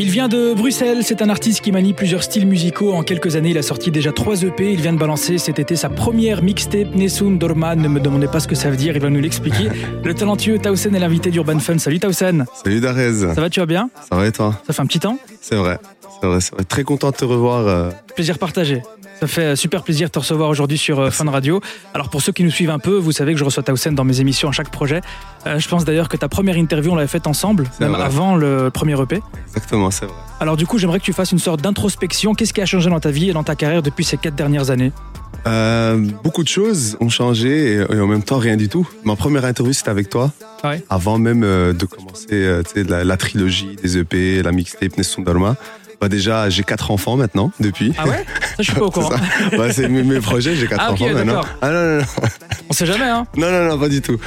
Il vient de Bruxelles, c'est un artiste qui manie plusieurs styles musicaux. En quelques années, il a sorti déjà 3 EP. Il vient de balancer cet été sa première mixtape, Nessun Dorma. Ne me demandez pas ce que ça veut dire, il va nous l'expliquer. le talentueux Tausen est l'invité d'Urban Fun. Salut Tausen Salut Darez, Ça va, tu vas bien ça va et toi Ça fait un petit temps C'est vrai, c'est vrai, c'est vrai. Très content de te revoir. euh, Plaisir partagé. Ça fait euh, super plaisir de te recevoir aujourd'hui sur euh, Fun Radio. Alors pour ceux qui nous suivent un peu, vous savez que je reçois Tausen dans mes émissions à chaque projet. Euh, je pense d'ailleurs que ta première interview, on l'avait faite ensemble, C'est même vrai. avant le premier E EP. Exactement, c'est vrai. Alors du coup, j'aimerais que tu fasses une sorte d'introspection. Qu'est-ce qui a changé dans ta vie et dans ta carrière depuis ces quatre dernières années Euh, beaucoup de choses ont changé et, et en même temps rien du tout. Ma première interview c'était avec toi. Ah ouais Avant même euh, de commencer euh, tu sais, la, la trilogie des EP, la mixtape Nessun Dharma. Bah déjà j'ai quatre enfants maintenant depuis. Ah ouais Ça, je suis pas au courant. C'est ça. Bah, c'est mes, mes projets, j'ai quatre Ah, ok, enfants maintenant. d'accord. Ah non, non, non. On sait jamais, hein Non, non, non, pas du tout.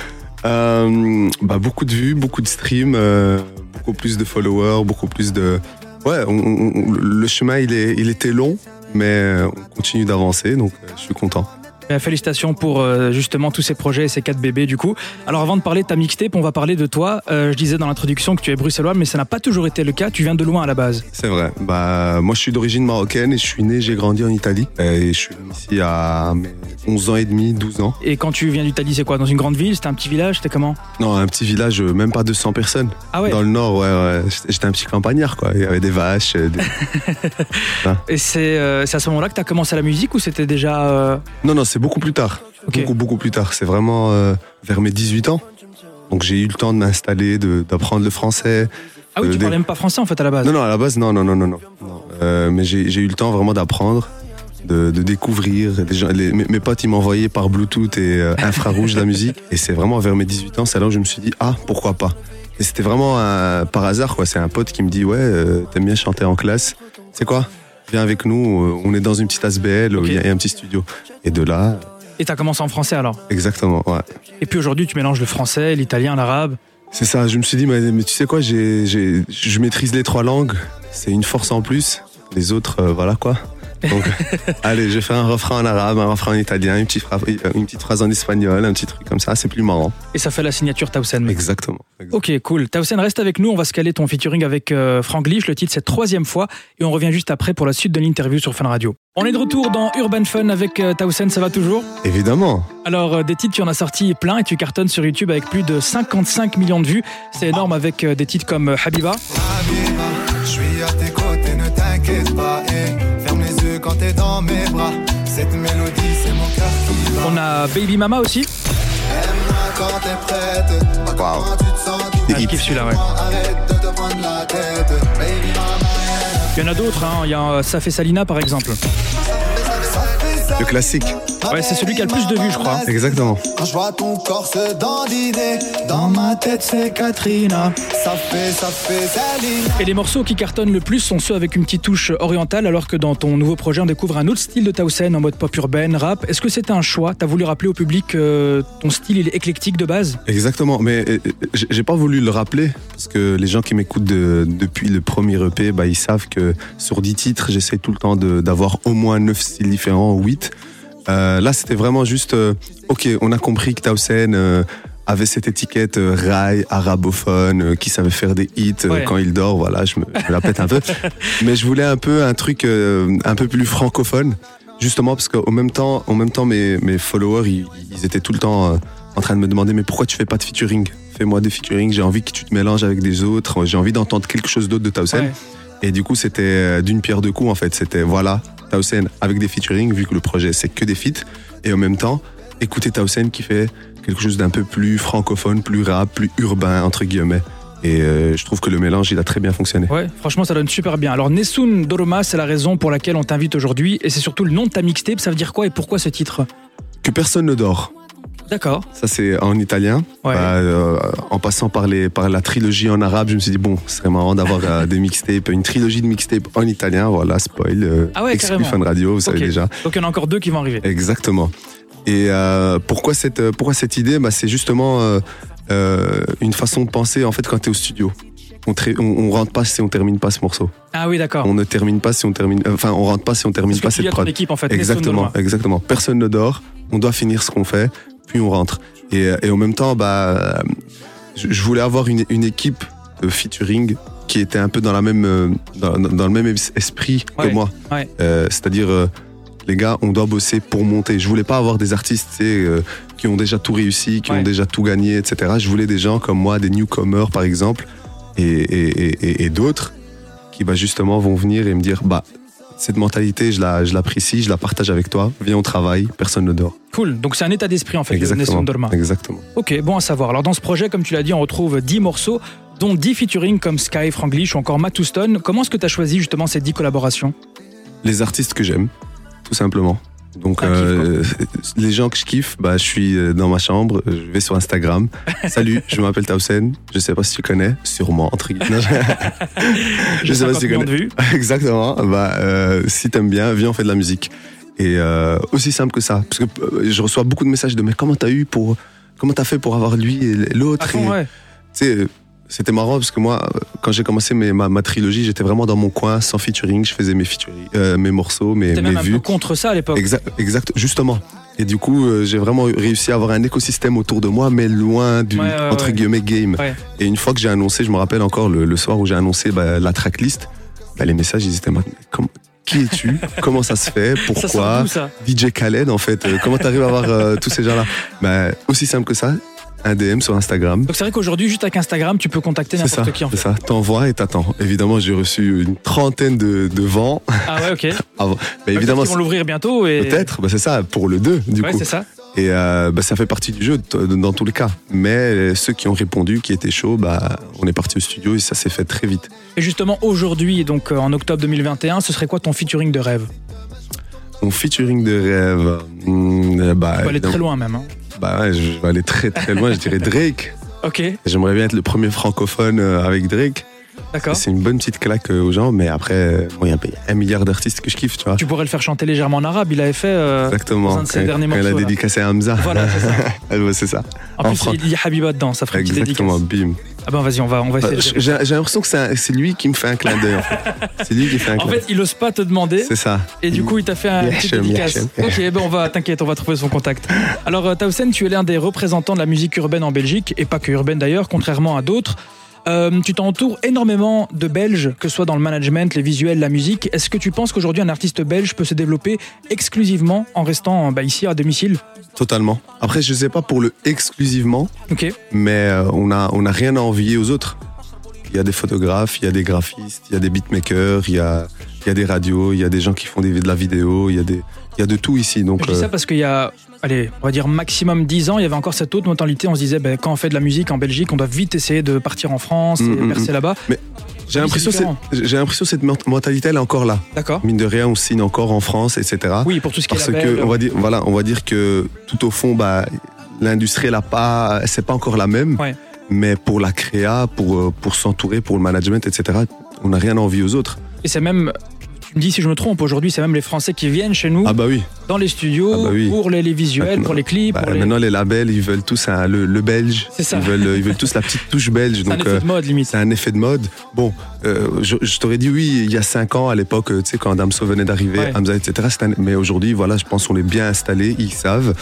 Euh, bah, beaucoup de vues, beaucoup de streams, euh, beaucoup plus de followers, beaucoup plus de. Ouais, on- on- on- le chemin, il, est, il était long, mais on continue d'avancer, donc euh, je suis content. Euh, Félicitations pour euh, justement tous ces projets et ces quatre bébés du coup. Alors avant de parler de ta mixtape, on va parler de toi. Euh, je disais dans l'introduction que tu es bruxellois, mais ça n'a pas toujours été le cas. Tu viens de loin à la base. C'est vrai. Bah, moi, je suis d'origine marocaine et je suis né, j'ai grandi en Italie. Et je suis venu ici à mes 11 ans et demi, 12 ans. Et quand tu viens d'Italie, c'est quoi Dans une grande ville C'était un petit village C'était comment Non, un petit village, euh, même pas 200 personnes. Ah ouais Dans le nord, ouais, ouais. J'étais- J'étais un petit campagnard, quoi. Il y avait des vaches. euh, des- Et c'est euh, c'est à ce moment-là que tu as commencé la musique ou c'était déjà... euh, Non, non, c'est beaucoup plus tard. Ok. Beaucoup, beaucoup plus tard. C'est vraiment euh, vers mes 18 ans. Donc j'ai eu le temps de m'installer, de- d'apprendre le français. Ah oui, Euh, tu des- parlais même pas français en fait à la base. Non, non, à la base, non, non, non, non. non. non. Euh, mais j'ai j'ai eu le temps vraiment d'apprendre, de, de découvrir. Les gens- les- mes, mes potes, ils m'envoyaient par Bluetooth et euh, infrarouge la musique. Et c'est vraiment vers mes 18 ans, c'est là où je me suis dit, ah, pourquoi pas Et c'était vraiment euh, par hasard, quoi. C'est un pote qui me dit, ouais, euh, t'aimes bien chanter en classe. C'est quoi Viens avec nous, euh, on est dans une petite ASBL, Ok. il y a un petit studio. Et de là, Et tu as commencé en français alors. exactement, ouais. Et puis aujourd'hui, tu mélanges le français, l'italien, l'arabe. C'est ça, je me suis dit, mais, mais tu sais quoi, j'ai, j'ai- je maîtrise les trois langues, c'est une force en plus. Les autres, euh, voilà quoi. Donc, allez, je fais un refrain en arabe, un refrain en italien, une petite, phrase, une petite phrase en espagnol, un petit truc comme ça, c'est plus marrant. Et ça fait la signature Tausen. Exactement. exactement. Ok, cool. Tausen, reste avec nous. On va se caler ton featuring avec euh, Frank Leach. Le titre, c'est Troisième fois. Et on revient juste après pour la suite de l'interview sur Fun Radio. On est de retour dans Urban Fun avec euh, Tausen. Ça va toujours Évidemment. Alors, euh, des titres, tu en as sorti plein et tu cartonnes sur YouTube avec plus de 55 millions de vues. C'est énorme avec euh, des titres comme euh, Habiba. Habiba, je suis à tes côtés, ne t'inquiète pas. Et ferme les yeux quand t'es dans mes bras. Cette mélodie, c'est mon cœur qui bat. On a Baby Mama aussi. Aime-moi quand t'es Wow. prête. Quand tu te sens tout Ah, je kiffe celui-là, ouais. Arrête de te prendre la tête. Baby mama, Il y en a d'autres. hein. Il y a euh, Ça fait Salina, par exemple. ça fait ça. Le classique. Ouais, c'est celui qui a le plus de vues, je crois. Exactement. Quand je vois ton corps se dandiner, dans ma tête c'est Katrina. Ça fait, ça fait Salina. Et les morceaux qui cartonnent le plus sont ceux avec une petite touche orientale, alors que dans ton nouveau projet, on découvre un autre style de Tausen en mode pop urbaine, rap. Est-ce que c'était un choix T'as voulu rappeler au public que ton style il est éclectique de base Exactement. Mais euh, euh, j'ai j'ai pas voulu le rappeler, parce que les gens qui m'écoutent de- depuis le premier EP, bah, ils savent que sur 10 titres, j'essaie tout le temps de- d'avoir au moins 9 styles différents, 8. Euh, là, c'était vraiment juste, euh, ok, on a compris que Tausen euh, avait cette étiquette euh, rail, arabophone, euh, qui savait faire des hits euh, Ouais. quand il dort, voilà, je me, je me la pète un peu. Mais je voulais un peu un truc euh, un peu plus francophone, justement, parce qu'au même temps, en même temps mes, mes followers, ils, ils étaient tout le temps euh, en train de me demander, mais pourquoi tu fais pas de featuring Fais-moi des featuring, j'ai envie que tu te mélanges avec des autres, j'ai envie d'entendre quelque chose d'autre de Tausen. Ouais. Et du coup, c'était euh, d'une pierre deux coups en fait. C'était voilà, Tausen avec des featuring, vu que le projet c'est que des feats. Et en même temps, écouter Tausen qui fait quelque chose d'un peu plus francophone, plus rap, plus urbain, entre guillemets. Et euh, je trouve que le mélange, il a très bien fonctionné. Ouais, franchement, ça donne super bien. Alors, Nessun Doroma, c'est la raison pour laquelle on t'invite aujourd'hui, et c'est surtout le nom de ta mixtape. Ça veut dire quoi et pourquoi ce titre Que personne ne dort. D'accord. Ça, c'est en italien. Ouais. Bah, euh, en passant par, les, par la trilogie en arabe, je me suis dit, bon, ce serait marrant d'avoir euh, des mixtapes, une trilogie de mixtapes en italien. Voilà, spoil. euh, Ah ouais, exclu carrément. Fun Radio, vous savez Ok. déjà. Donc, il y en a encore deux qui vont arriver. Exactement. Et euh, pourquoi cette euh, pourquoi cette idée bah, c'est justement euh, euh, une façon de penser en fait quand t'es au studio. On, tré- on, on rentre pas si on termine pas ce morceau. Ah oui, d'accord. On ne termine pas si on termine. euh, Enfin, on rentre pas si on termine Parce que tu pas cette as ton prod. équipe en fait. Nessun Exactement, Doroma. exactement. Personne ne dort. On doit finir ce qu'on fait, puis on rentre. Et, euh, et en même temps, bah, euh, je je voulais avoir une, une équipe de featuring qui était un peu dans, la même, euh, dans, dans- dans le même es- esprit Ouais. que moi. Ouais. Euh, C'est-à-dire, euh, les gars, on doit bosser pour monter. Je voulais pas avoir des artistes tu sais, euh, qui ont déjà tout réussi, qui Ouais. ont déjà tout gagné, etc. Je voulais des gens comme moi, des newcomers par exemple, et, et- et- et- et d'autres qui bah, justement vont venir et me dire bah, cette mentalité, je la- je l'apprécie, je la partage avec toi, viens au travail, personne ne dort. Cool. Donc c'est un état d'esprit en fait, le Exactement. Nessun Dorma. Exactement. Ok, bon à savoir. Alors dans ce projet, comme tu l'as dit, on retrouve 10 morceaux, dont 10 featuring comme Sky, Franglish ou encore Mattouston. Comment est-ce que tu as choisi justement ces 10 collaborations les artistes que j'aime, tout simplement. Donc Un Ah, kiff, euh, les gens que je kiffe, bah, je suis euh, dans ma chambre, je vais sur Instagram. Salut, je m'appelle Tausen, je sais pas si tu connais, sûrement entre guillemets. Non, je sais pas si 50 Ah, tu millions connais. de vues. Exactement. Bah euh, si t'aimes bien, viens on fait de la musique. Et euh, aussi simple que ça, parce que euh, je reçois beaucoup de messages de mais comment t'as eu pour comment t'as fait pour avoir lui et À l'autre. fond, Et- Ah, ouais. tu sais, euh, c'était marrant parce que moi, euh, quand j'ai commencé mes- ma, ma trilogie, j'étais vraiment dans mon coin, sans featuring. Je faisais mes, featuring, euh, mes morceaux, mes, T'es mes même un peu vues. contre ça à l'époque. Exact, exact, justement. Et du coup, euh, j'ai vraiment réussi à avoir un écosystème autour de moi, mais loin du Ouais, ouais, entre ouais. guillemets game. Ouais. Et une fois que j'ai annoncé, je me rappelle encore le, le soir où j'ai annoncé bah, la tracklist, bah, les messages, ils étaient maintenant. Qui es-tu Comment ça se fait Pourquoi Ça sort d'où ça DJ Khaled en fait euh, Comment t'arrives à avoir euh, tous ces gens-là bah, Aussi simple que ça, un DM sur Instagram, Donc c'est vrai qu'aujourd'hui, juste avec Instagram, tu peux contacter c'est ça, n'importe qui en c'est fait. ça. T'envoies et t'attends. Évidemment, j'ai reçu une trentaine de, de vents. Ah ouais, ok. Mais Peut-être évidemment, qu'ils vont l'ouvrir bientôt et. peut-être, bah, c'est ça, pour le 2, du Ouais, coup. c'est ça. Et euh, bah, ça fait partie du jeu, t- dans tous les cas. Mais euh, ceux qui ont répondu, qui étaient chauds, bah, on est parti au studio et ça s'est fait très vite. Et justement, aujourd'hui, donc euh, en octobre 2021, ce serait quoi ton featuring de rêve Mon featuring de rêve. hmm, euh, bah, On va aller très loin même. hein. bah, ouais, je vais aller très très loin, je dirais Drake. Ok, J'aimerais bien être le premier francophone euh, avec Drake. d'accord. C'est une bonne petite claque euh, aux gens, mais après, euh, bon, il y a un- un milliard d'artistes que je kiffe, tu vois. Tu pourrais le faire chanter légèrement en arabe. Il avait fait. euh, Exactement. Dans un de ses Quand- derniers quand elle a morceaux, là. dédicacé à Hamza. Voilà, c'est ça. Elle veut- Ah, c'est ça. En, En plus, France. il y a Habiba dedans, ça ferait une petite Exactement, dédicace. bim. Ah ben vas-y, on va, on va essayer de J'ai gérer. j'ai l'impression que c'est un- c'est lui qui me fait un clin d'œil. en fait. C'est lui qui fait un En clin d'œil. fait, il ose pas te demander. C'est ça. Et du coup, il t'a fait un Yachem, petit dédicace. Yachem. Ok, ben on va, t'inquiète, on va trouver son contact. Alors, euh, Tausen, tu es l'un des représentants de la musique urbaine en Belgique, et pas que urbaine d'ailleurs, contrairement à d'autres. Euh, tu t'entoures énormément de Belges, que ce soit dans le management, les visuels, la musique. Est-ce que tu penses qu'aujourd'hui un artiste belge peut se développer exclusivement en restant bah, ici à domicile Totalement. Après, je sais pas pour le exclusivement, Ok, mais euh, on a, on a rien à envier aux autres. Il y a des photographes, il y a des graphistes, il y a des beatmakers, il y a, il y a des radios, il y a des gens qui font des, de la vidéo, il y, a des, il y a de tout ici. Donc, je dis euh, ça parce qu'il y a, allez, on va dire maximum 10 ans, il y avait encore cette autre mentalité. On se disait, ben, quand on fait de la musique en Belgique, on doit vite essayer de partir en France Mm, et mm, percer là-bas. j'ai l'impression que différent. c'est- j'ai l'impression que cette ment- mentalité, elle est encore là. D'accord Mine de rien, on signe encore en France, etc. Oui, pour tout ce qui est parce label, que on va dire voilà on va dire que tout au fond bah l'industrie elle a pas c'est pas encore la même Ouais. mais pour la créa pour euh, pour s'entourer pour le management etc on n'a rien envie aux autres Et c'est même, tu me dis si je me trompe, aujourd'hui, c'est même les Français qui viennent chez nous, ah bah oui dans les studios, Ah bah oui. pour les, les visuels, Maintenant, pour les clips, Bah, pour les... maintenant les labels ils veulent tous un- le, le belge C'est ça. ils veulent euh, ils veulent tous la petite touche belge C'est un donc effet euh, de mode, limite. c'est un effet de mode. Bon, euh, je, je t'aurais dit oui il y a cinq ans à l'époque, euh, tu sais, quand Damso venait d'arriver, Ouais. Hamza, etc. c'était un- Mais aujourd'hui, voilà, je pense qu'on est bien installés, ils savent.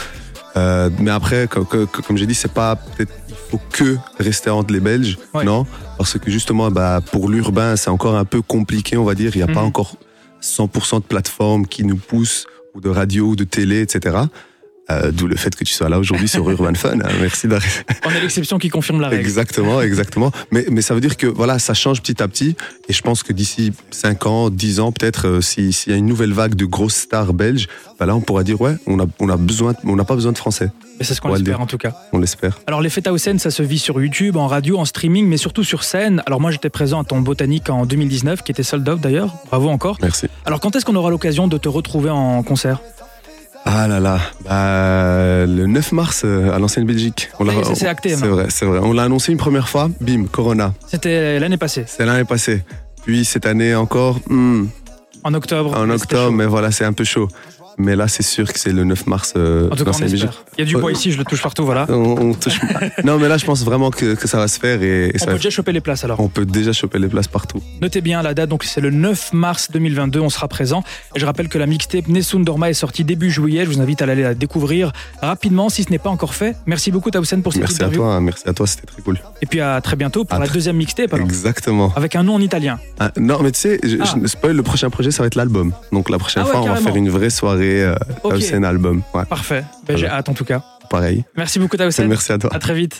Euh, mais après, co- co- co- comme j'ai dit, c'est pas peut-être il faut que rester entre les Belges, Ouais. non Parce que justement, bah, pour l'urbain, c'est encore un peu compliqué, on va dire. Il n'y a pas Mhm. encore 100% de plateformes qui nous poussent, ou de radio, ou de télé, etc. Euh, D'où le fait que tu sois là aujourd'hui sur Urban Fun. hein. Merci d'arriver. On est l'exception qui confirme la règle. Exactement, exactement. Mais, mais ça veut dire que voilà, ça change petit à petit. Et je pense que d'ici 5 ans, 10 ans, peut-être, euh, si- s'il y a une nouvelle vague de grosses stars belges, bah là, on pourra dire ouais, on a, on a besoin, de- on n'a pas besoin de français. Et c'est ce qu'on Ouais, espère le- en tout cas. On l'espère. Alors les fêtes à Hausen, ça se vit sur YouTube, en radio, en streaming, mais surtout sur scène. Alors moi j'étais présent à ton Botanique en 2019, qui était sold out d'ailleurs. Bravo encore. Merci. Alors quand est-ce qu'on aura l'occasion de te retrouver en concert Ah là là, bah, le 9 mars euh, à l'ancienne Belgique. On Ça y est, l'a- c'est- c'est acté, hein. C'est maintenant. vrai, c'est vrai. On l'a annoncé une première fois, bim, Corona. C'était l'année passée, C'est l'année passée. Puis cette année encore, hmm, en octobre. en C'était chaud. octobre, mais voilà, c'est un peu chaud. Mais là, c'est sûr que c'est le 9 mars. euh, En tout dans cas, on cette musique. espère. Il y a du bois ici, je le touche partout, voilà. On, on touche. non, mais là, je pense vraiment que, que ça va se faire et, et On ça peut va- déjà choper les places alors. on peut déjà choper les places partout. Notez bien la date, donc c'est le 9 mars 2022, on sera présent. Et je rappelle que la mixtape Nessun Dorma est sortie début juillet, je vous invite à aller la découvrir rapidement si ce n'est pas encore fait. Merci beaucoup Tausen pour cette Merci à interview. toi, hein, merci à toi, c'était très cool. Et puis à très bientôt pour À la tr- deuxième mixtape alors, Exactement. avec un nom en italien. Ah, non, mais tu sais, je, Ah. je spoil, le prochain projet, ça va être l'album. Donc la prochaine Ah ouais, fois, on va carrément. faire une vraie soirée euh, Ok. Tausen album. Ouais, Parfait, Ben, j'ai hâte en tout cas. pareil. Merci beaucoup Tausen, Merci à toi. à très vite.